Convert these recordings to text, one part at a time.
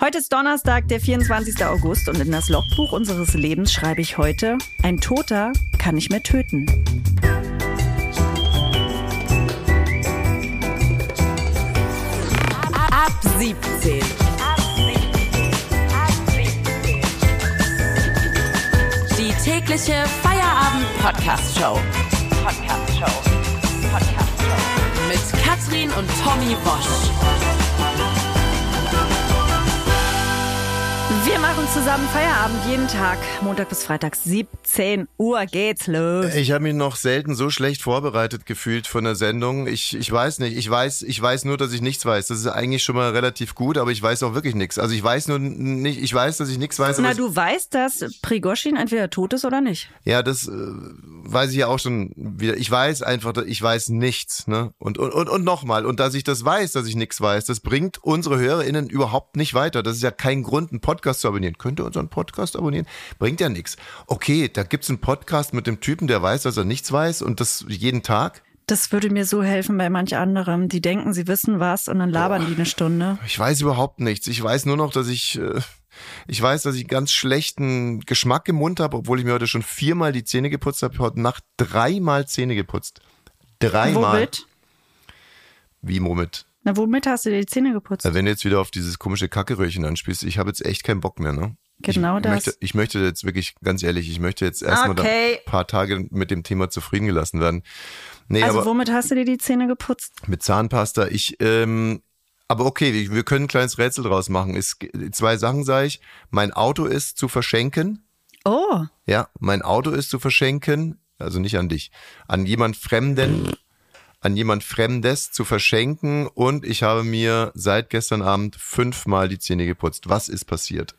Heute ist Donnerstag, der 24. August und in das Logbuch unseres Lebens schreibe ich heute, ein Toter kann nicht mehr töten. Ab 17. Die tägliche Feierabend-Podcast-Show. Podcast-Show. Podcast-Show. Mit Katrin und Tommy Bosch. Wir machen zusammen Feierabend jeden Tag, Montag bis Freitag, 17 Uhr geht's los. Ich habe mich noch selten so schlecht vorbereitet gefühlt von der Sendung. Ich, ich weiß nicht. Ich weiß, ich weiß nur, dass ich nichts weiß. Das ist eigentlich schon mal relativ gut, aber ich weiß auch wirklich nichts. Also ich weiß nur nicht, ich weiß, dass ich nichts weiß. Na, aber du weißt, dass Prigoschin entweder tot ist oder nicht. es, ja, das äh, weiß ich ja auch schon wieder. Ich weiß einfach, dass- ich weiß nichts. Ne? Und, und, und, und nochmal, und dass ich das weiß, dass ich nichts weiß, das bringt unsere HörerInnen überhaupt nicht weiter. Das ist ja kein Grund, einen Podcast zu abonnieren. Könnt ihr unseren Podcast abonnieren? Bringt ja nichts. Okay, da gibt's einen Podcast mit dem Typen, der weiß, dass er nichts weiß und das jeden Tag. Das würde mir so helfen bei manch anderem. Die denken, sie wissen was und dann labern die eine Stunde. Ich weiß überhaupt nichts. Ich weiß nur noch, dass ich, äh, ich weiß, dass ich ganz schlechten Geschmack im Mund habe, obwohl ich mir heute schon viermal die Zähne geputzt habe. Ich habe Heute Nacht dreimal Zähne geputzt. Dreimal. Womit? Wie womit? Na, womit hast du dir die Zähne geputzt? Na, wenn du jetzt wieder auf dieses komische Kackeröhrchen anspielst, ich habe jetzt echt keinen Bock mehr, ne? Genau ich, das. Möchte, ich möchte jetzt wirklich, ganz ehrlich, ich möchte jetzt erstmal Okay. ein paar Tage mit dem Thema zufrieden gelassen werden. Nee, Also aber womit hast du dir die Zähne geputzt? Mit Zahnpasta. Ich, ähm, aber okay, wir, wir können ein kleines Rätsel draus machen. Es, g- zwei Sachen sage ich. Mein Auto ist zu verschenken. Oh, Ja, mein Auto ist zu verschenken. Also nicht an dich. An jemand Fremden. An jemand Fremdes zu verschenken. Und ich habe mir seit gestern Abend fünfmal die Zähne geputzt. Was ist passiert?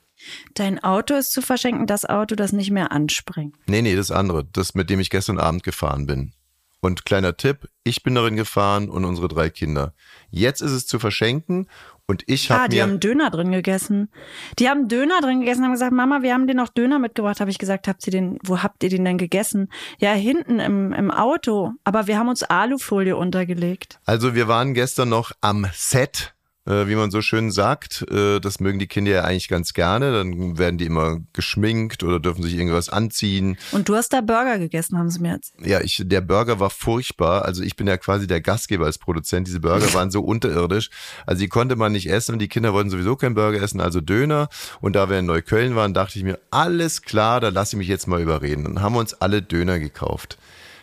dein Auto ist zu verschenken, das Auto, das nicht mehr anspringt. Nee, nee, das andere. Das, mit dem ich gestern Abend gefahren bin. Und kleiner Tipp, ich bin darin gefahren und unsere drei Kinder. Jetzt ist es zu verschenken und ich habe ah, die mir... haben einen Döner drin gegessen. Die haben einen Döner drin gegessen, haben gesagt, Mama, wir haben dir noch Döner mitgebracht. Habe ich gesagt, habt ihr den, wo habt ihr den denn gegessen? Ja, hinten im, im Auto. Aber wir haben uns Alufolie untergelegt. Also wir waren gestern noch am Set, äh, wie man so schön sagt. Äh, das mögen die Kinder ja eigentlich ganz gerne. Dann werden die immer geschminkt oder dürfen sich irgendwas anziehen. Und du hast da Burger gegessen, haben sie mir erzählt. Ja, ich, der Burger war furchtbar. Also ich bin ja quasi der Gastgeber als Produzent. Diese Burger waren so unterirdisch. Also die konnte man nicht essen und die Kinder wollten sowieso keinen Burger essen, also Döner. Und da wir in Neukölln waren, dachte ich mir, alles klar, da lasse ich mich jetzt mal überreden. Dann haben wir uns alle Döner gekauft.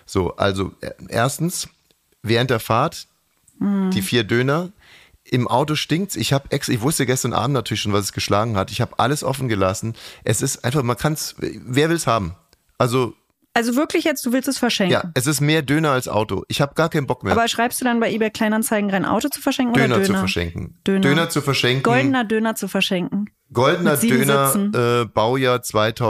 So, also äh, erstens, während der Fahrt, die vier Döner. Im Auto stinkt's. Ich habe ex, ich wusste gestern Abend natürlich schon, was es geschlagen hat. Ich habe alles offen gelassen. Es ist einfach, man kann's. Wer will's haben? Also Also wirklich jetzt, du willst es verschenken. ja, es ist mehr Döner als Auto. Ich habe gar keinen Bock mehr, Aber schreibst du dann bei eBay Kleinanzeigen rein, Auto zu verschenken Döner, oder Döner? zu verschenken. Mhm. Döner. zu verschenken. Goldener Döner zu verschenken. goldener mit sieben Sitzen. Döner, äh, Baujahr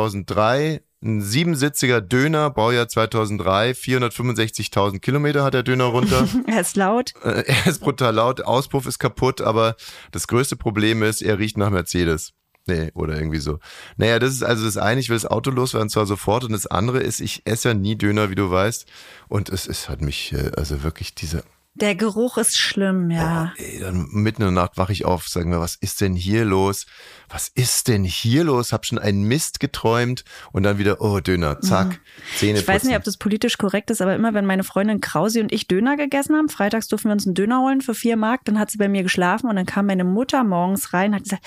2003. Ein siebensitziger Döner, Baujahr 2003. 465.000 Kilometer hat der Döner runter. Er ist laut. Äh, er ist brutal laut, Auspuff ist kaputt, aber das größte Problem ist, er riecht nach Mercedes. Nee, oder irgendwie so. Naja, das ist also das eine, ich will das Auto loswerden, zwar sofort, und das andere ist, ich esse ja nie Döner, wie du weißt. Und es, es hat mich, äh, also wirklich diese, Der Geruch ist schlimm, ja. ey, dann mitten in der Nacht wache ich auf, sagen wir, was ist denn hier los? Was ist denn hier los? Hab schon einen Mist geträumt und dann wieder, oh, Döner, zack, Zähne Mhm. Ich weiß nicht, putzen. ob das politisch korrekt ist, aber immer wenn meine Freundin Krausi und ich Döner gegessen haben, freitags durften wir uns einen Döner holen für vier Mark, dann hat sie bei mir geschlafen und dann kam meine Mutter morgens rein und hat gesagt,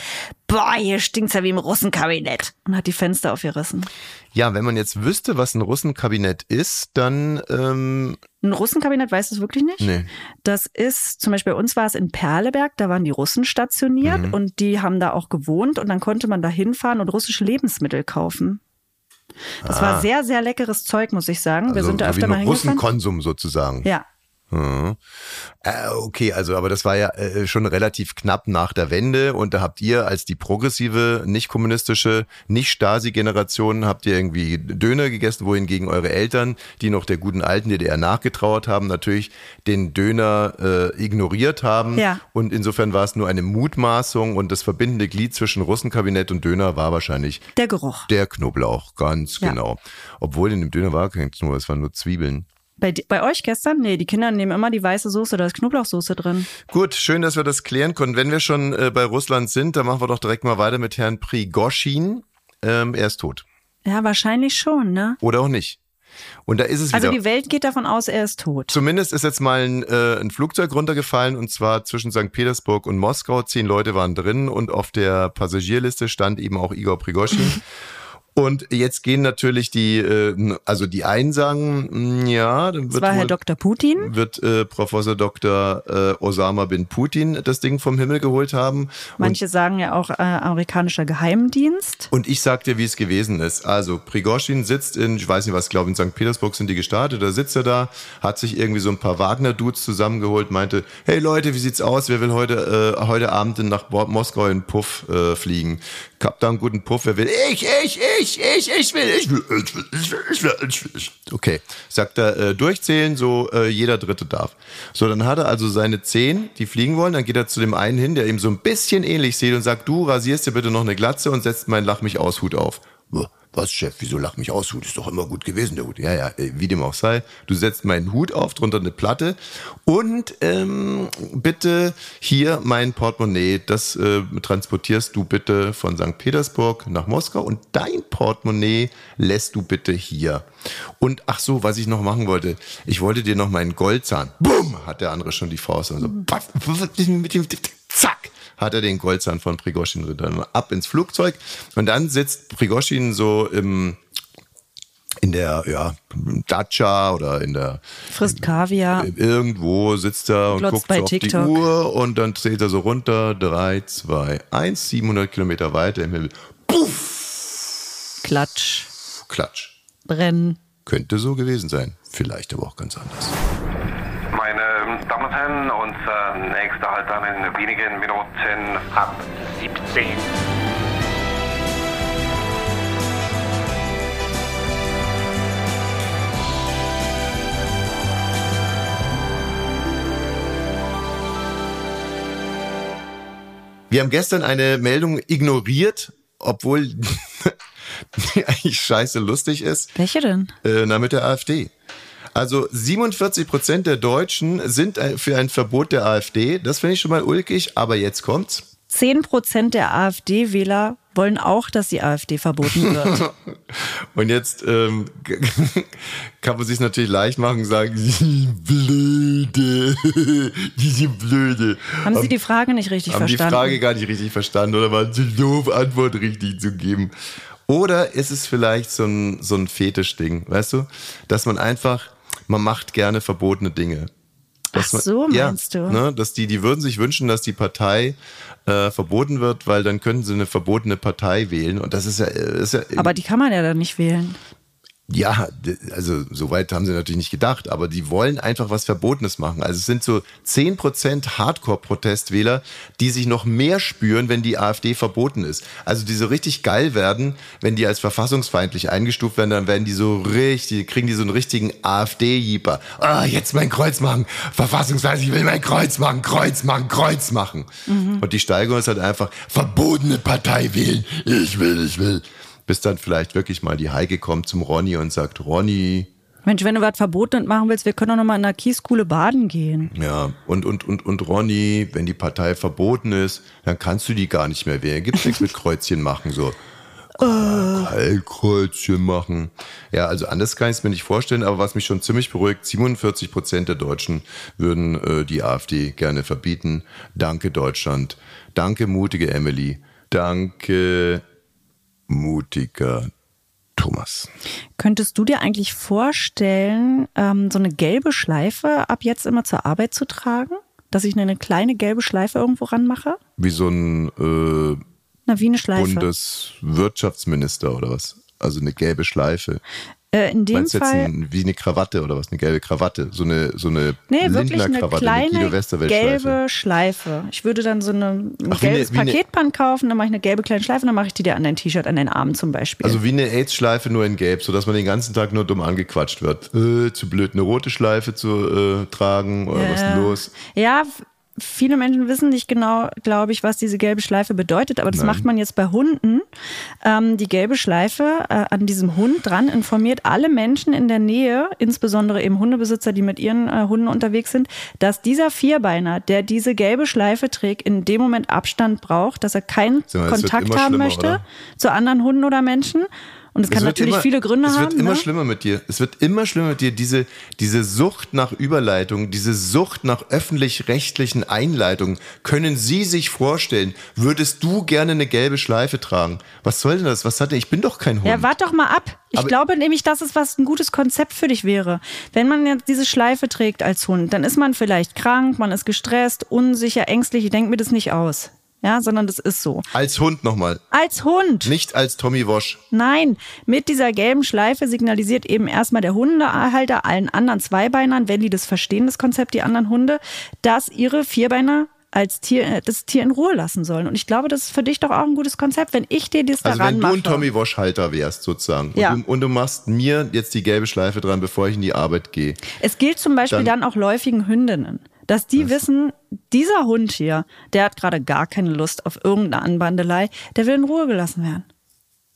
boah, hier stinkt's ja wie im Russenkabinett und hat die Fenster aufgerissen. Ja, wenn man jetzt wüsste, was ein Russenkabinett ist, dann, ähm, Ein Russenkabinett weißt du es wirklich nicht? nee. Das ist, zum Beispiel bei uns war es in Perleberg, da waren die Russen stationiert Mhm. und die haben da auch gewohnt und dann konnte man da hinfahren und russische Lebensmittel kaufen. Das war sehr, sehr leckeres Zeug, muss ich sagen. Wir Ah. Also sind da wie öfter mal ein hingefahren. Russenkonsum sozusagen. Ja. Mhm. Äh, okay, also aber das war ja äh, schon relativ knapp nach der Wende und da habt ihr als die progressive, nicht kommunistische, nicht Stasi-Generation habt ihr irgendwie Döner gegessen, wohingegen eure Eltern, die noch der guten alten DDR nachgetrauert haben, natürlich den Döner äh, ignoriert haben. Ja. Und insofern war es nur eine Mutmaßung und das verbindende Glied zwischen Russenkabinett und Döner war wahrscheinlich Der Geruch. der Knoblauch, ganz Ja. genau. Obwohl in dem Döner war kein Knoblauch, es waren nur Zwiebeln. Bei, di- bei euch gestern? Nee, die Kinder nehmen immer die weiße Soße, da ist Knoblauchsoße drin. Gut, schön, dass wir das klären konnten. Wenn wir schon äh, bei Russland sind, dann machen wir doch direkt mal weiter mit Herrn Prigoschin. Ähm, er ist tot. Ja, wahrscheinlich schon, ne? Oder auch nicht. Und da ist es Also wieder. die Welt geht davon aus, er ist tot. Zumindest ist jetzt mal ein, äh, ein Flugzeug runtergefallen und zwar zwischen St. Petersburg und Moskau. Zehn Leute waren drin und auf der Passagierliste stand eben auch Igor Prigoschin. Und jetzt gehen natürlich die, äh, also die einen sagen, mm, ja, dann Das wird war Herr wohl- Dr. Putin. wird äh, Professor Dr. Äh, Osama bin Putin das Ding vom Himmel geholt haben. Und, Manche sagen ja auch äh, amerikanischer Geheimdienst. und ich sag dir, wie es gewesen ist. Also Prigoschin sitzt in, ich weiß nicht was, glaube in St. Petersburg sind die gestartet, da sitzt er da, hat sich irgendwie so ein paar Wagner-Dudes zusammengeholt, meinte, hey Leute, wie sieht's aus? Wer will heute, äh, heute Abend denn nach Bo Moskau in Puff äh, fliegen? Hab da einen guten Puff, wer will? Ich, ich, ich, ich, ich will, ich will, ich will, ich will, ich will, ich will. Ich will. Okay, sagt er, äh, durchzählen, so äh, jeder Dritte darf. So, dann hat er also seine zehn, die fliegen wollen, dann geht er zu dem einen hin, der ihm so ein bisschen ähnlich sieht und sagt, du rasierst dir bitte noch eine Glatze und setzt meinen Lach mich aus Hut auf. Was, Chef, wieso lach mich aus Hut? Ist doch immer gut gewesen, der Hut. Ja, ja, äh, wie dem auch sei. Du setzt meinen Hut auf, drunter eine Platte und ähm, bitte hier mein Portemonnaie, das äh, transportierst du bitte von St. Petersburg nach Moskau und dein Portemonnaie lässt du bitte hier. Und ach so, was ich noch machen wollte, ich wollte dir noch meinen Goldzahn. Bumm, hat der andere schon die Faust und so. Paff, paff, mit dem- Zack, hat er den Goldzahn von Prigoschin rittern. Ab ins Flugzeug und dann sitzt Prigoschin so im in der ja, Datscha oder in der Frisst Kaviar. irgendwo sitzt er und Glotzt guckt bei so auf TikTok. die Uhr und dann zählt er so runter. 3, 2, 1, 700 Kilometer weiter im Himmel. Klatsch. Klatsch. Brennen. Könnte so gewesen sein. Vielleicht aber auch ganz anders. Meine Damen und Herren, unser nächster Halt dann in wenigen Minuten ab 17. Wir haben gestern eine Meldung ignoriert, obwohl die eigentlich scheiße lustig ist. Welche denn? Äh, na, mit der AfD. Also 47 Prozent der Deutschen sind äh, für ein Verbot der AfD. Das finde ich schon mal ulkig, aber jetzt kommt's. 10% der AfD-Wähler wollen auch, dass die AfD verboten wird. Und jetzt ähm, kann man sich natürlich leicht machen und sagen, die blöde, die sind blöde. Haben Sie Am- die Frage nicht richtig haben die verstanden? Frage gar nicht richtig verstanden oder waren sie doof, Antwort richtig zu geben. Oder ist es vielleicht so ein, so ein Fetischding, weißt du? Dass man einfach, man macht gerne verbotene Dinge. Dass Ach so, meinst ja, du? Ne, dass die, die würden sich wünschen, dass die Partei äh, verboten wird, weil dann können sie eine verbotene Partei wählen. Und das ist ja, ist ja Aber die kann man ja dann nicht wählen. ja, d- also soweit haben sie natürlich nicht gedacht, aber die wollen einfach was Verbotenes machen. Also es sind so 10% Hardcore-Protestwähler, die sich noch mehr spüren, wenn die AfD verboten ist. Also die so richtig geil werden, wenn die als verfassungsfeindlich eingestuft werden, dann werden die so richtig, kriegen die so einen richtigen AfD-Jeeper. Ah, jetzt mein Kreuz machen, verfassungsfeindlich, ich will mein Kreuz machen, Kreuz machen, Kreuz machen. Und die Steigerung ist halt einfach, verbotene Partei wählen, ich will, ich will bis dann vielleicht wirklich mal die Heike kommt zum Ronny und sagt, Ronny, Mensch, wenn du was verboten machen willst, wir können doch noch mal in einer Kieskuhle baden gehen. ja, und, und, und, und Ronny, wenn die Partei verboten ist, dann kannst du die gar nicht mehr wählen. Gibt's nichts mit Kreuzchen machen, so. Heilkreuzchen machen. Ja, also anders kann ich es mir nicht vorstellen, aber was mich schon ziemlich beruhigt, 47 Prozent der Deutschen würden äh, die AfD gerne verbieten. Danke Deutschland. Danke mutige Emily. Danke mutiger Thomas. Könntest du dir eigentlich vorstellen, ähm, so eine gelbe Schleife ab jetzt immer zur Arbeit zu tragen? Dass ich eine kleine gelbe Schleife irgendwo ranmache? Wie so ein äh, Na, wie eine Schleife. Bundeswirtschaftsminister oder was? Also eine gelbe Schleife. äh, in dem Meinst du jetzt Fall. ein, wie eine Krawatte oder was? Eine gelbe Krawatte? So eine, so eine Nee, wirklich eine Lindner-Krawatte, kleine eine, Guido Westerwelt-Schleife. gelbe Schleife. Ich würde dann so eine, ein Ach, wie gelbes eine- wie eine- Paketband kaufen, dann mache ich eine gelbe kleine Schleife, dann mache ich die dir an dein T-Shirt, an deinen Arm zum Beispiel. Also wie eine AIDS-Schleife, nur in gelb, sodass man den ganzen Tag nur dumm angequatscht wird. Äh, zu blöd, eine rote Schleife zu äh, tragen oder was ist denn los? Ja, f- viele Menschen wissen nicht genau, glaube ich, was diese gelbe Schleife bedeutet, aber das Nein. macht man jetzt bei Hunden. Ähm, die gelbe Schleife äh, an diesem Hund dran informiert alle Menschen in der Nähe, insbesondere eben Hundebesitzer, die mit ihren äh, Hunden unterwegs sind, dass dieser Vierbeiner, der diese gelbe Schleife trägt, in dem Moment Abstand braucht, dass er keinen Sag mal, es wird Kontakt immer haben schlimmer, möchte oder? zu anderen Hunden oder Menschen. Und es kann wird natürlich immer- viele Gründe es haben. wird immer ne? schlimmer mit dir. Es wird immer schlimmer mit dir. Diese, diese Sucht nach Überleitung, diese Sucht nach öffentlich-rechtlichen Einleitungen. Können Sie sich vorstellen, würdest du gerne eine gelbe Schleife tragen? Was soll denn das? Was hat er? Ich bin doch kein Hund. Ja, wart doch mal ab. Ich Aber- glaube nämlich, dass es was ein gutes Konzept für dich wäre. Wenn man jetzt diese Schleife trägt als Hund, dann ist man vielleicht krank, man ist gestresst, unsicher, ängstlich. Ich denke mir das nicht aus. Ja, sondern das ist so. als Hund nochmal. Als Hund. Nicht als Tommy Wash. Nein, mit dieser gelben Schleife signalisiert eben erstmal der Hundehalter allen anderen Zweibeinern, wenn die das verstehen, das Konzept, die anderen Hunde, dass ihre Vierbeiner als Tier, äh, das Tier in Ruhe lassen sollen. Und ich glaube, das ist für dich doch auch ein gutes Konzept, wenn ich dir das Also daran wenn du mache. ein Tommy Wash Halter wärst sozusagen und, Ja. du, und du machst mir jetzt die gelbe Schleife dran, bevor ich in die Arbeit gehe. Es gilt zum Beispiel dann, Dann- auch läufigen Hündinnen, dass die wissen, dieser Hund hier, der hat gerade gar keine Lust auf irgendeine Anbandelei, der will in Ruhe gelassen werden.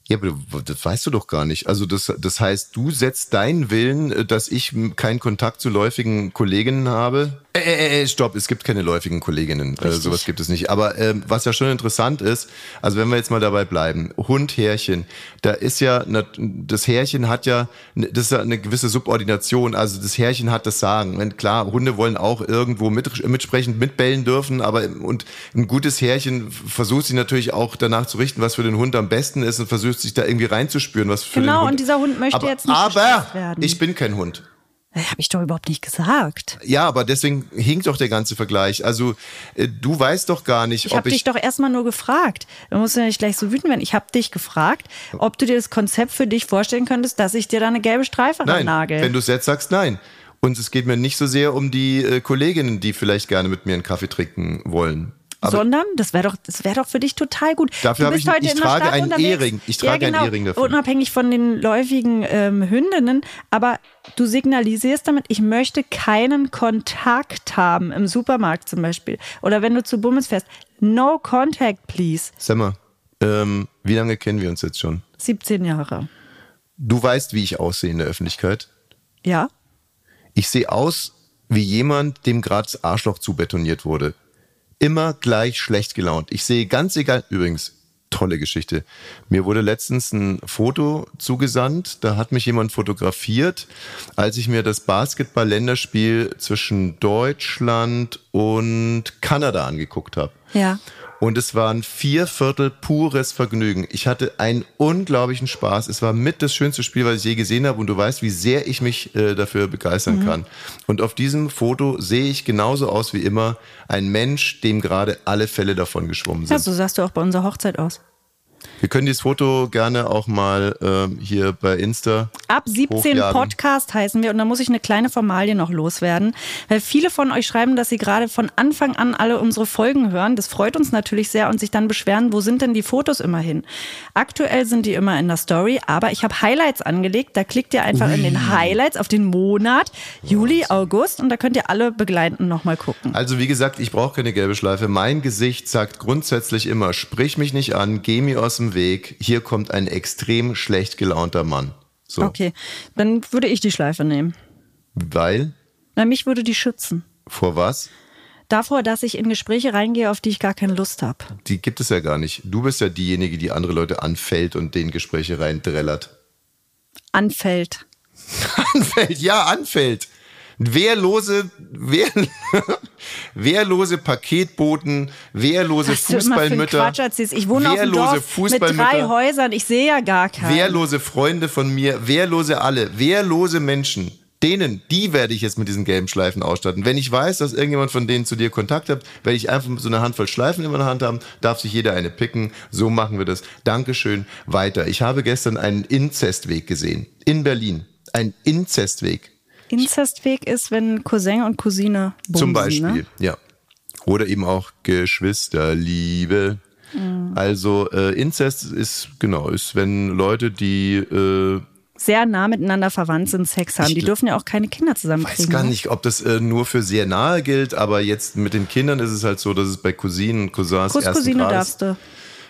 Ja, aber du- das weißt du doch gar nicht. Also das, das heißt, du setzt deinen Willen, äh, dass ich m- keinen Kontakt zu läufigen Kolleginnen habe. Äh, äh, äh, stopp, es gibt keine läufigen Kolleginnen. Äh, sowas gibt es nicht. Aber ähm, was ja schon interessant ist, also wenn wir jetzt mal dabei bleiben, Hund, Härchen, da ist ja, nat- das Härchen hat ja, ne- das ist ja eine gewisse Subordination. Also das Härchen hat das Sagen. Wenn, klar, Hunde wollen auch irgendwo mit, mitsprechend mitbellen dürfen, aber und ein gutes Härchen versucht sich natürlich auch danach zu richten, was für den Hund am besten ist und versucht sich da irgendwie reinzuspüren, was für Genau, den Hund. und dieser Hund möchte aber, jetzt nicht Aber gestresst werden. ich bin kein Hund. Das habe ich doch überhaupt nicht gesagt. Ja, aber deswegen hinkt doch der ganze Vergleich. Also äh, du weißt doch gar nicht, Ich ob habe ich dich doch erstmal nur gefragt. Da musst du ja nicht gleich so wütend werden. Ich habe dich gefragt, ob du dir das Konzept für dich vorstellen könntest, dass ich dir da eine gelbe Streife Nein, rannagel. wenn du es jetzt sagst, nein. Und es geht mir nicht so sehr um die äh, Kolleginnen, die vielleicht gerne mit mir einen Kaffee trinken wollen. Aber sondern das wäre doch, das wäre doch für dich total gut. Dafür du habe bist ich- heute ich in der trage Stadt einen unterwegs. genau. Ehering. Ich trage einen Ehering dafür. Unabhängig von den läufigen ähm, Hündinnen, aber du signalisierst damit, ich möchte keinen Kontakt haben im Supermarkt zum Beispiel oder wenn du zu Bummes fährst. No contact, please. sag mal, ähm, wie lange kennen wir uns jetzt schon? 17 Jahre. Du weißt, wie ich aussehe in der Öffentlichkeit. Ja. Ich sehe aus wie jemand, dem gerade das Arschloch zubetoniert wurde. Immer gleich schlecht gelaunt. Ich sehe ganz egal, übrigens, tolle Geschichte. Mir wurde letztens ein Foto zugesandt, da hat mich jemand fotografiert, als ich mir das Basketball-Länderspiel zwischen Deutschland und Kanada angeguckt habe. Ja. Und es waren vier Viertel pures Vergnügen. Ich hatte einen unglaublichen Spaß. Es war mit das schönste Spiel, was ich je gesehen habe. Und du weißt, wie sehr ich mich äh, dafür Mhm. begeistern kann. Und auf diesem Foto sehe ich genauso aus wie immer ein Mensch, dem gerade alle Fälle davon geschwommen ja, sind. so sahst du auch bei unserer Hochzeit aus. Wir können dieses Foto gerne auch mal ähm, hier bei Insta. Ab 17 hochjagen. Podcast heißen wir und da muss ich eine kleine Formalie noch loswerden, weil viele von euch schreiben, dass sie gerade von Anfang an alle unsere Folgen hören. Das freut uns natürlich sehr und sich dann beschweren, wo sind denn die Fotos immer hin? Aktuell sind die immer in der Story, aber ich habe Highlights angelegt. Da klickt ihr einfach in den Highlights auf den Monat Juli, August und da könnt ihr alle begleitend nochmal gucken. Also wie gesagt, ich brauche keine gelbe Schleife. Mein Gesicht sagt grundsätzlich immer, sprich mich nicht an, geh mir aus dem Weg. Hier kommt ein extrem schlecht gelaunter Mann. So, Okay, dann würde ich die Schleife nehmen. weil Na, mich würde die schützen. Vor was? Davor, dass ich in Gespräche reingehe, auf die ich gar keine Lust habe. Die gibt es ja gar nicht. Du bist ja diejenige, die andere Leute anfällt und den Gespräche reindrellert. Anfällt. Anfällt, ja, anfällt. Wehrlose, wehr, wehrlose Paketboten, wehrlose Was du immer für einen Fußballmütter, Quatsch erzählst. Ich wohne auf dem Dorf mit drei Fußballmütter, Häusern. Ich sehe ja gar keinen. wehrlose Freunde von mir, wehrlose alle, wehrlose Menschen. Denen, die werde ich jetzt mit diesen gelben Schleifen ausstatten. Wenn ich weiß, dass irgendjemand von denen zu dir Kontakt hat, werde ich einfach so eine Handvoll Schleifen in meiner Hand haben, darf sich jeder eine picken. So machen wir das. Dankeschön. Weiter. Ich habe gestern einen Inzestweg gesehen. In Berlin. Ein Inzestweg. Inzestweg ist, wenn Cousin und Cousine bumsen, Zum Beispiel, Ne? ja. Oder eben auch Geschwisterliebe. Mhm. Also äh, Inzest ist genau ist, wenn Leute, die äh, sehr nah miteinander verwandt sind, Sex haben. Ich Die gl- dürfen ja auch keine Kinder zusammenkriegen. weiß gar ne? nicht, ob das äh, nur für sehr nahe gilt, aber jetzt mit den Kindern ist es halt so, dass es bei Cousinen und Cousins ersten Großcousine Grades, darfst du.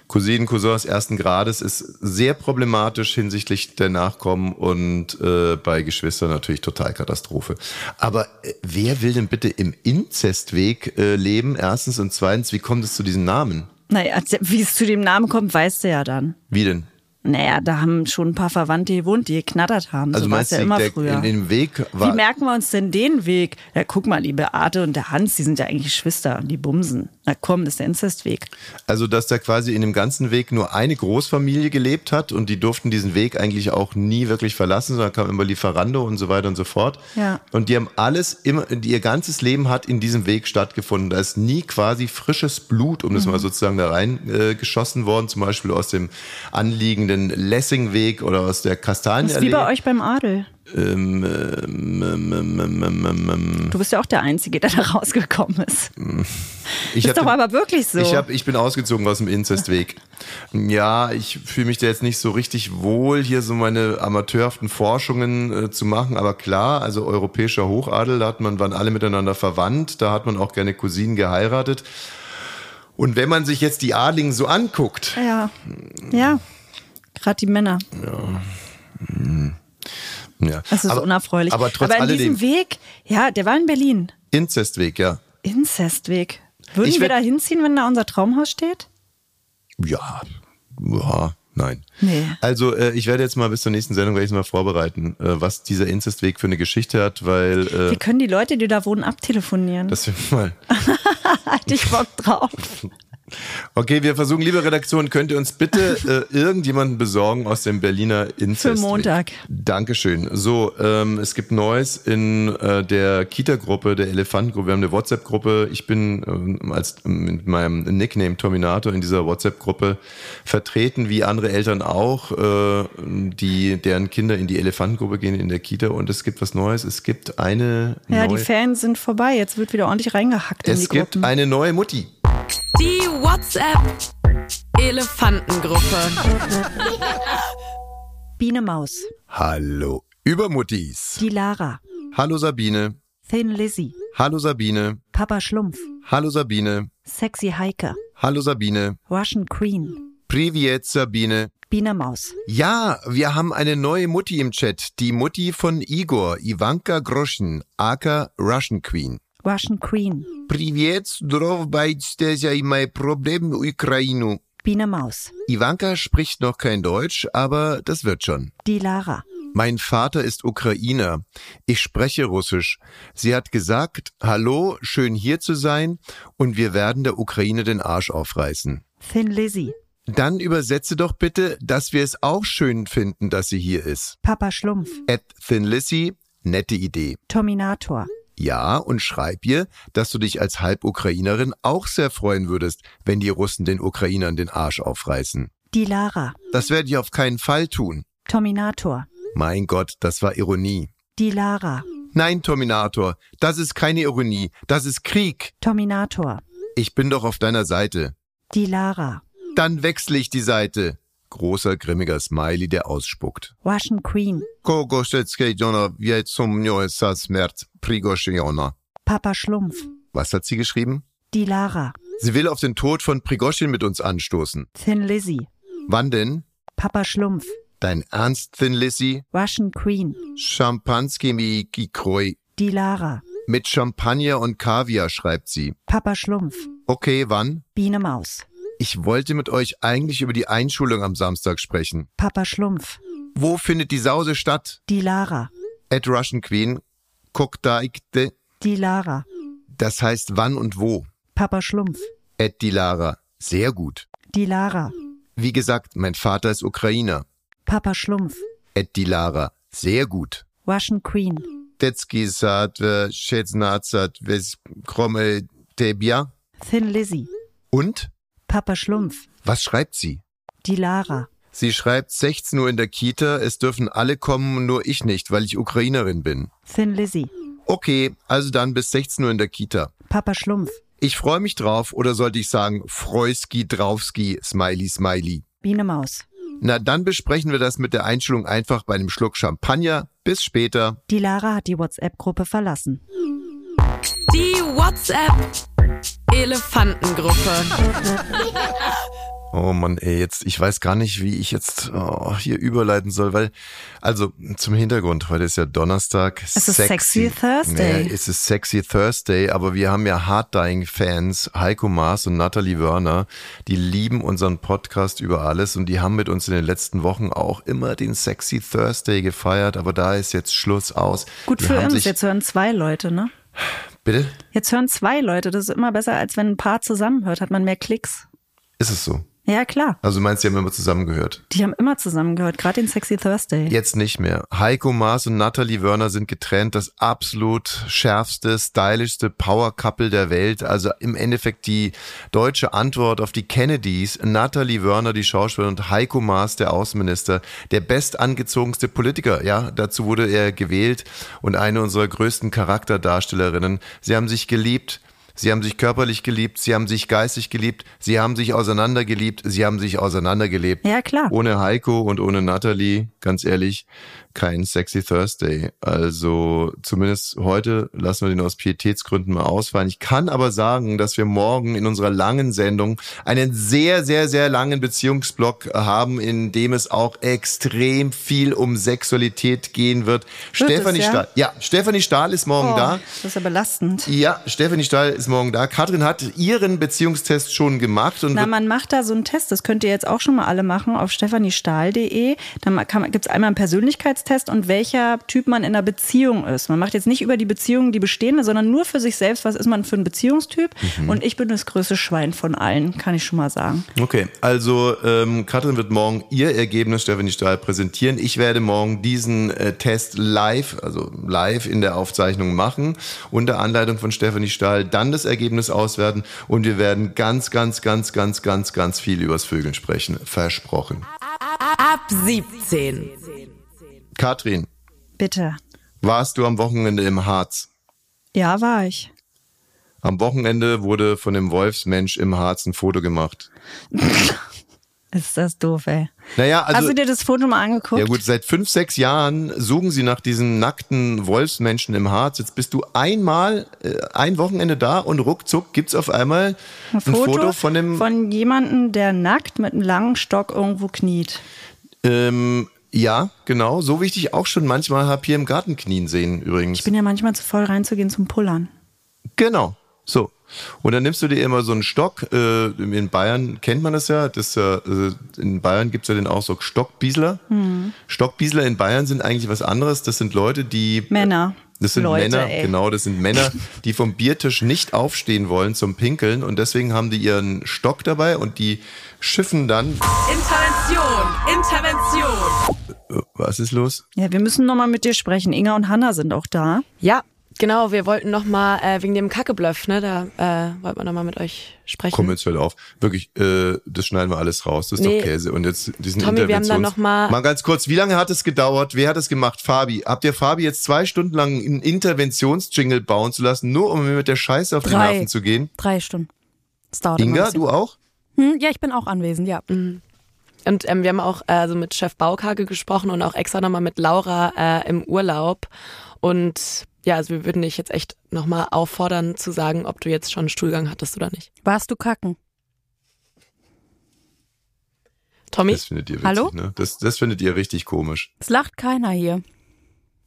Cousinen, Cousins ersten Grades ist sehr problematisch hinsichtlich der Nachkommen und äh, bei Geschwistern natürlich total Katastrophe. Aber äh, wer will denn bitte im Inzestweg äh, leben? Erstens und zweitens, wie kommt es zu diesem Namen? Naja, wie es zu dem Namen kommt, weißt du ja dann. Wie denn? Naja, da haben schon ein paar Verwandte gewohnt, die geknattert haben. Also so war es meinst ja du, immer der, früher. in dem Weg Wie war merken wir uns denn den Weg? Ja, guck mal, die Beate und der Hans, die sind ja eigentlich Geschwister und die bumsen. Na komm, das ist der Inzestweg. Also, dass da quasi in dem ganzen Weg nur eine Großfamilie gelebt hat und die durften diesen Weg eigentlich auch nie wirklich verlassen, sondern kam immer Lieferando und so weiter und so fort. Ja. Und die haben alles immer, die- ihr ganzes Leben hat in diesem Weg stattgefunden. Da ist nie quasi frisches Blut, um das Mhm. mal sozusagen da rein äh, geschossen worden, zum Beispiel aus dem anliegenden Lessingweg oder aus der Das ist wie Kastanienallee. bei euch beim Adel. Ähm, ähm, ähm, ähm, ähm, ähm, ähm, ähm. Du bist ja auch der Einzige, der da rausgekommen ist. Ich ist hab doch den- aber wirklich so. Ich, hab, ich bin ausgezogen aus dem Inzestweg. Ja, ich fühle mich da jetzt nicht so richtig wohl, hier so meine amateurhaften Forschungen äh, zu machen. Aber klar, also europäischer Hochadel, da hat man, waren alle miteinander verwandt. Da hat man auch gerne Cousinen geheiratet. Und wenn man sich jetzt die Adligen so anguckt, ja. Ja. Gerade die Männer. ja. Das ist aber, unerfreulich. Aber trotz aber in alledem, diesem Weg, ja, der war in Berlin. Inzestweg, ja. Inzestweg. Würden Ich wir werd- da hinziehen, wenn da unser Traumhaus steht? Ja, ja nein. Nee. Also äh, ich werde jetzt mal bis zur nächsten Sendung werde ich mal vorbereiten, äh, was dieser Inzestweg für eine Geschichte hat, weil äh, Wir können die Leute, die da wohnen, abtelefonieren. das wir mal. Hatte ich Bock drauf. Okay, wir versuchen, liebe Redaktion, könnt ihr uns bitte äh, irgendjemanden besorgen aus dem Berliner Inzest? Montag. Dankeschön. So, ähm, es gibt Neues in äh, der Kita-Gruppe, der Elefantengruppe. Wir haben eine WhatsApp-Gruppe. Ich bin ähm, als mit meinem Nickname Terminator in dieser WhatsApp-Gruppe vertreten, wie andere Eltern auch, äh, die deren Kinder in die Elefantengruppe gehen in der Kita. Und es gibt was Neues. Es gibt eine Ja, neue. die Ferien sind vorbei. Jetzt wird wieder ordentlich reingehackt in die es gibt Gruppen. eine neue Mutti. Die WhatsApp Elefantengruppe. Biene Maus, Hallo Übermuttis. die Lara, Hallo Sabine. Thin Lizzy, Hallo Sabine. Papa Schlumpf, Hallo Sabine. Sexy Heike, Hallo Sabine. Russian Queen, Privet Sabine. Biene Maus. Ja, wir haben eine neue Mutti im Chat. Die Mutti von Igor, Ivanka Groschen, aka Russian Queen. Russian Queen, Privet, здравствуйте, и mein Problem Ukraine. Biene Maus, Ivanka spricht noch kein Deutsch, aber das wird schon. die Lara, Mein Vater ist Ukrainer. Ich spreche Russisch. Sie hat gesagt, hallo, schön hier zu sein und wir werden der Ukraine den Arsch aufreißen. Thin Lizzy, Dann übersetze doch bitte, dass wir es auch schön finden, dass sie hier ist. Papa Schlumpf, At Thin Lissy, nette Idee. Terminator, Ja, und schreib ihr, dass du dich als Halbukrainerin auch sehr freuen würdest, wenn die Russen den Ukrainern den Arsch aufreißen. die Lara, Das werde ich auf keinen Fall tun. Terminator, Mein Gott, das war Ironie. die Lara, Nein, Terminator, das ist keine Ironie, das ist Krieg. Terminator, Ich bin doch auf deiner Seite. die Lara, Dann wechsle ich die Seite. Großer grimmiger Smiley, der ausspuckt. Russian Queen, Papa Schlumpf, Was hat sie geschrieben? die Lara, Sie will auf den Tod von Prigoschin mit uns anstoßen. Thin Lizzy, Wann denn? Papa Schlumpf, Dein Ernst, Thin Lizzy? Russian Queen, Champanski mi kikroi. die Lara, Mit Champagner und Kaviar, schreibt sie. Papa Schlumpf, Okay, wann? Biene Maus, Ich wollte mit euch eigentlich über die Einschulung am Samstag sprechen. Papa Schlumpf, Wo findet die Sause statt? die Lara, At Russian Queen. Kokdaikte. die Lara, Das heißt wann und wo. Papa Schlumpf, At Dilara. Sehr gut. die Lara, Wie gesagt, mein Vater ist Ukrainer. Papa Schlumpf, At Dilara. Sehr gut. Russian Queen, Detski sagt, Schätznatsat, wes kromme tebia. Thin Lizzy, Und? Papa Schlumpf, Was schreibt sie? die Lara, Sie schreibt 16 Uhr in der Kita, es dürfen alle kommen, nur ich nicht, weil ich Ukrainerin bin. Thin Lizzy, Okay, also dann bis 16 Uhr in der Kita. Papa Schlumpf, Ich freue mich drauf, oder sollte ich sagen, Freuski, Draufski, Smiley, Smiley. Biene Maus, Na, dann besprechen wir das mit der Einschulung einfach bei einem Schluck Champagner. Bis später. Die Lara hat die WhatsApp-Gruppe verlassen. Die WhatsApp Elefantengruppe. Oh Mann, ey, jetzt, ich weiß gar nicht, wie ich jetzt oh, hier überleiten soll, weil, also zum Hintergrund, heute ist ja Donnerstag. Es ist Sexy Thursday. Ja, es ist Sexy Thursday, aber wir haben ja Hard-Dying-Fans, Heiko Maas und Natalie Wörner, die lieben unseren Podcast über alles und die haben mit uns in den letzten Wochen auch immer den Sexy Thursday gefeiert, aber da ist jetzt Schluss aus. Gut Die für haben uns, sich- jetzt hören zwei Leute, ne? Bitte? Jetzt hören zwei Leute, das ist immer besser, als wenn ein Paar zusammenhört, hat man mehr Klicks. Ist es so? Ja, klar. Also du meinst, die haben immer zusammengehört? Die haben immer zusammengehört, gerade den Sexy Thursday. Jetzt nicht mehr. Heiko Maas und Natalie Wörner sind getrennt, das absolut schärfste, stylischste Power-Couple der Welt. Also im Endeffekt die deutsche Antwort auf die Kennedys. Natalie Wörner, die Schauspielerin, und Heiko Maas, der Außenminister, der bestangezogenste Politiker. Ja, dazu wurde er gewählt und eine unserer größten Charakterdarstellerinnen. Sie haben sich geliebt. Sie haben sich körperlich geliebt, sie haben sich geistig geliebt, sie haben sich auseinandergeliebt, sie haben sich auseinandergelebt. Ja, klar. Ohne Heiko und ohne Natalie, ganz ehrlich, kein Sexy Thursday. Also zumindest heute lassen wir den aus Pietätsgründen mal ausfallen. Ich kann aber sagen, dass wir morgen in unserer langen Sendung einen sehr, sehr, sehr langen Beziehungsblock haben, in dem es auch extrem viel um Sexualität gehen wird. Wird es, Stefanie ja? Stahl, ja, Stefanie Stahl ist morgen Oh, da. das ist ja belastend. Ja, Stefanie Stahl ist morgen da. Katrin hat ihren Beziehungstest schon gemacht und Na, wird man macht da so einen Test, das könnt ihr jetzt auch schon mal alle machen auf stefaniestahl.de. Da gibt es einmal einen Persönlichkeitstest und welcher Typ man in einer Beziehung ist. Man macht jetzt nicht über die Beziehungen, die bestehende, sondern nur für sich selbst, was ist man für ein Beziehungstyp. Mhm. Und ich bin das größte Schwein von allen, kann ich schon mal sagen. Okay, also ähm, Katrin wird morgen ihr Ergebnis Stephanie Stahl präsentieren. Ich werde morgen diesen äh, Test live, also live in der Aufzeichnung machen, unter Anleitung von Stephanie Stahl, dann das Ergebnis auswerten und wir werden ganz, ganz, ganz, ganz, ganz, ganz viel übers Vögeln sprechen. Versprochen. Ab 17. Katrin, Bitte. warst du am Wochenende im Harz? Ja, war ich. Am Wochenende wurde von dem Wolfsmensch im Harz ein Foto gemacht. Ist das doof, ey. Naja, also. Hast du dir das Foto mal angeguckt? Ja gut, seit fünf, sechs Jahren suchen sie nach diesen nackten Wolfsmenschen im Harz. Jetzt bist du einmal, äh, ein Wochenende da und ruckzuck gibt's auf einmal ein Foto, von dem... von jemandem, der nackt mit einem langen Stock irgendwo kniet. ähm, ja, genau, so wie ich dich auch schon manchmal hab hier im Garten knien sehen übrigens. Ich bin ja manchmal zu voll reinzugehen zum Pullern. Genau, so. Und dann nimmst du dir immer so einen Stock, äh, in Bayern kennt man das ja, das, ist ja, äh, in Bayern gibt's ja den Ausdruck Stockbiesler. Hm. Stockbiesler in Bayern sind eigentlich was anderes, das sind Leute, die... Männer. Das sind Leute, Männer, ey. genau, das sind Männer, die vom Biertisch nicht aufstehen wollen zum Pinkeln und deswegen haben die ihren Stock dabei und die schiffen dann. Intervention, Intervention. Äh, Was ist los? Ja, wir müssen nochmal mit dir sprechen. Inga und Hanna sind auch da. Ja, genau. Wir wollten noch mal äh, wegen dem Kackebluff, ne? Da äh, wollten wir noch mal mit euch sprechen. Komm jetzt hört auf. Wirklich, äh, das schneiden wir alles raus. Das ist Nee. doch Käse. Und jetzt diesen Tommy, wir haben da Interventions- noch mal- Mal ganz kurz, wie lange hat es gedauert? Wer hat es gemacht? Fabi. Habt ihr Fabi jetzt zwei Stunden lang einen Interventionsjingle bauen zu lassen, nur um mir mit der Scheiße auf die Drei. Nerven zu gehen? Drei Stunden. Das dauert immer Inga, ein bisschen. du auch? Hm, ja, ich bin auch anwesend, ja. Und ähm, wir haben auch äh, so mit Chef Baukage gesprochen und auch extra noch mal mit Laura äh, im Urlaub. Und ja, also wir würden dich jetzt echt noch mal auffordern zu sagen, ob du jetzt schon einen Stuhlgang hattest oder nicht. Warst du kacken? Tommy, Das findet ihr witzig, Hallo? ne? Das, das findet ihr richtig komisch. Es lacht keiner hier.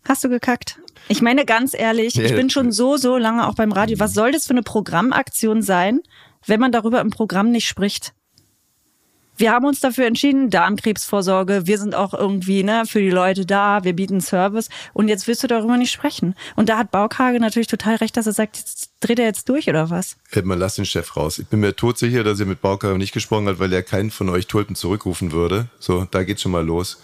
Hast du gekackt? Ich meine ganz ehrlich, ich Nee. bin schon so, so lange auch beim Radio. Was soll das für eine Programmaktion sein, wenn man darüber im Programm nicht spricht? Wir haben uns dafür entschieden, Darmkrebsvorsorge, wir sind auch irgendwie ne, für die Leute da, wir bieten Service und jetzt willst du darüber nicht sprechen. Und da hat Baukage natürlich total recht, dass er sagt, jetzt dreht er jetzt durch oder was? Ey, Äh, man lass den Chef raus. Ich bin mir todsicher, dass ihr mit Bauker nicht gesprochen habt, weil er keinen von euch Tulpen zurückrufen würde. So, da geht's schon mal los.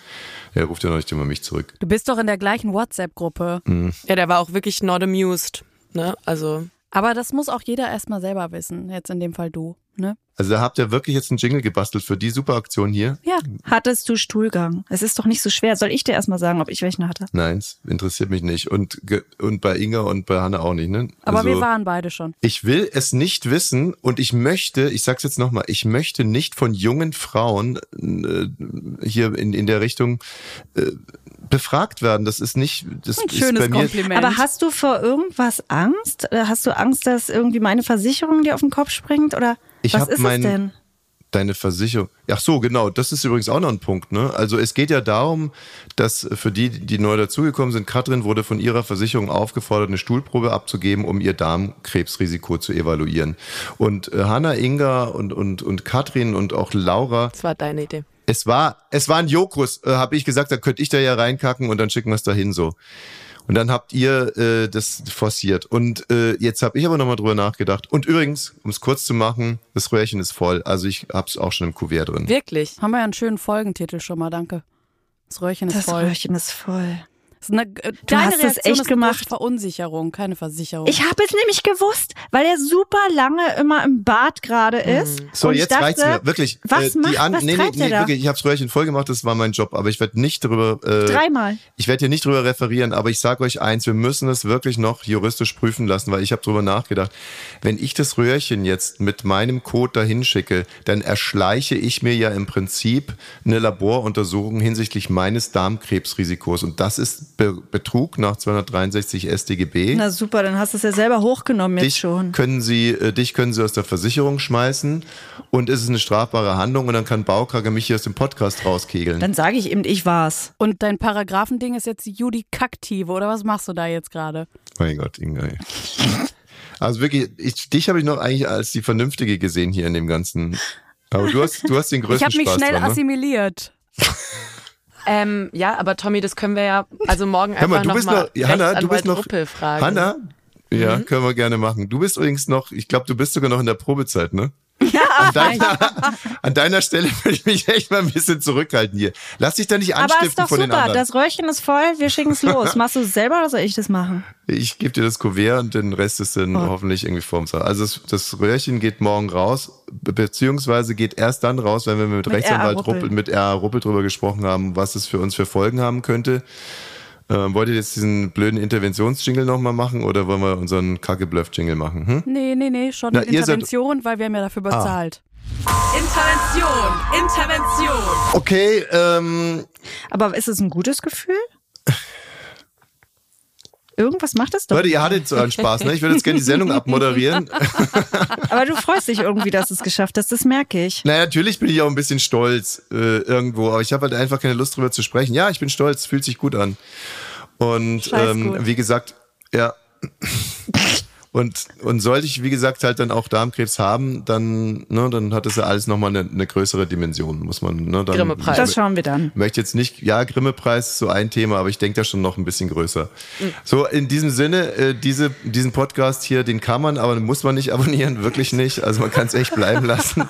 Er ruft ja noch nicht immer mich zurück. Du bist doch in der gleichen WhatsApp-Gruppe. Hm. ja, der war auch wirklich not amused. Ne? Also Aber das muss auch jeder erstmal selber wissen. Jetzt in dem Fall du. ne? Also da habt ihr wirklich jetzt einen Jingle gebastelt für die super Aktion hier. Ja. Hattest du Stuhlgang? Es ist doch nicht so schwer. Soll ich dir erstmal sagen, ob ich welchen hatte? Nein, es interessiert mich nicht. Und, ge- und bei Inga und bei Hanna auch nicht, ne? Aber also, wir waren beide schon. Ich will es nicht wissen und ich möchte, ich sag's jetzt nochmal, ich möchte nicht von jungen Frauen äh, hier in, in der Richtung äh, befragt werden. Das ist nicht, das Ein ist schönes bei mir. Kompliment. Aber hast du vor irgendwas Angst? Oder Hast du Angst, dass irgendwie meine Versicherung dir auf den Kopf springt? Oder Ich was hab ist mein- es denn? Deine Versicherung. Ach so, genau. Das ist übrigens auch noch ein Punkt. Ne? Also es geht ja darum, dass für die, die neu dazugekommen sind, Katrin wurde von ihrer Versicherung aufgefordert, eine Stuhlprobe abzugeben, um ihr Darmkrebsrisiko zu evaluieren. Und äh, Hanna, Inga und, und, und Katrin und auch Laura, Das war deine Idee. es war, es war ein Jokus, äh, habe ich gesagt, da könnte ich da ja reinkacken und dann schicken wir es dahin so. Und dann habt ihr äh, das forciert. Und äh, jetzt habe ich aber nochmal drüber nachgedacht. Und übrigens, um es kurz zu machen, das Röhrchen ist voll. Also ich hab's auch schon im Kuvert drin. Wirklich? Haben wir ja einen schönen Folgentitel schon mal, danke. Das Röhrchen ist Das voll. Röhrchen ist voll. Ist eine, äh, deine hast es Reaktion echt ist gemacht. Verunsicherung, keine Versicherung. Ich habe es nämlich gewusst, weil er super lange immer im Bad gerade ist. So, Und ich jetzt dachte, reicht's mir. Wirklich. äh, Was die macht, An- was nee, nee, treibt nee, er da? wirklich, ich hab's Röhrchen voll gemacht, das war mein Job. Aber ich werde nicht drüber. Äh, Dreimal. Ich werde hier nicht drüber referieren, aber ich sage euch eins, wir müssen es wirklich noch juristisch prüfen lassen, weil ich habe drüber nachgedacht. Wenn ich das Röhrchen jetzt mit meinem Code dahin schicke, dann erschleiche ich mir ja im Prinzip eine Laboruntersuchung hinsichtlich meines Darmkrebsrisikos. Und das ist Be Betrug nach 263 StGB. Na super, dann hast du es ja selber hochgenommen jetzt Dich schon. können sie, äh, dich können sie aus der Versicherung schmeißen und es ist eine strafbare Handlung und dann kann Baukage mich hier aus dem Podcast rauskegeln. Dann sage ich eben, ich war's. Und dein Paragraphending ist jetzt die Judikaktive, oder was machst du da jetzt gerade? Mein Gott, Inga. ey. Also wirklich, ich, dich habe ich noch eigentlich als die Vernünftige gesehen hier in dem Ganzen. Aber du hast, du hast den Ich größten habe mich Spaß schnell dran, ne? assimiliert. Ähm, ja, aber Tommy, das können wir ja also morgen Hör mal, einfach du bist noch, nochmal Hanna, du bist noch, Ruppel fragen. Hanna, ja, können wir gerne machen. Du bist übrigens noch, ich glaube, du bist sogar noch in der Probezeit, ne? An deiner, an deiner Stelle würde ich mich echt mal ein bisschen zurückhalten hier. Lass dich da nicht Aber anstiften ist doch von den super, anderen. das Röhrchen ist voll, wir schicken es los. Machst du es selber oder soll ich das machen? Ich gebe dir das Kuvert und den Rest ist dann hoffentlich irgendwie vorm Saal. Also das, das Röhrchen geht morgen raus, be- beziehungsweise geht erst dann raus, wenn wir mit, Rechtsanwalt RA Ruppel. Ruppel, mit R. Ruppel drüber gesprochen haben, was es für uns für Folgen haben könnte. Ähm, wollt ihr jetzt diesen blöden Interventionsjingle nochmal machen oder wollen wir unseren Kacke-Bluff-Jingle machen? Hm? Nee, nee, nee, schon Na, ihr seid- Ah. Intervention, weil wir haben ja dafür bezahlt. Intervention, Intervention. Okay, ähm, Aber ist es ein gutes Gefühl? Irgendwas macht es doch. Leute, ihr hattet so einen Spaß, ne? Ich würde jetzt gerne die Sendung abmoderieren. Aber du freust dich irgendwie, dass du es geschafft hast, das merke ich. Naja, natürlich bin ich auch ein bisschen stolz äh, irgendwo, aber ich habe halt einfach keine Lust drüber zu sprechen. Ja, ich bin stolz, fühlt sich gut an. Und Scheiß ähm, gut. wie gesagt, ja. Und, und sollte ich, wie gesagt, halt dann auch Darmkrebs haben, dann, ne, dann hat es ja alles nochmal eine, eine größere Dimension, muss man. Ne, dann, Grimme Preis. Das schauen wir dann. möchte jetzt nicht, ja, Grimme-Preis ist so ein Thema, aber ich denke da schon noch ein bisschen größer. So, in diesem Sinne, äh, diese, diesen Podcast hier, den kann man, aber den muss man nicht abonnieren, wirklich nicht. Also man kann es echt bleiben lassen.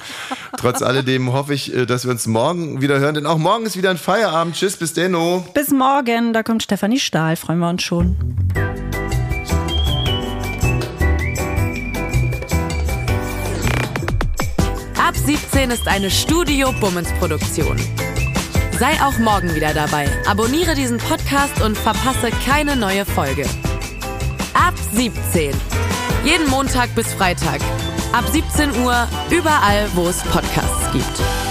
Trotz alledem hoffe ich, äh, dass wir uns morgen wieder hören, denn auch morgen ist wieder ein Feierabend. Tschüss, bis oh. denno. Bis morgen, da kommt Stefanie Stahl, freuen wir uns schon. Ab 17 ist eine Studio Bummens Produktion. Sei auch morgen wieder dabei. Abonniere diesen Podcast und verpasse keine neue Folge. Ab 17. Jeden Montag bis Freitag. Ab 17 Uhr überall, wo es Podcasts gibt.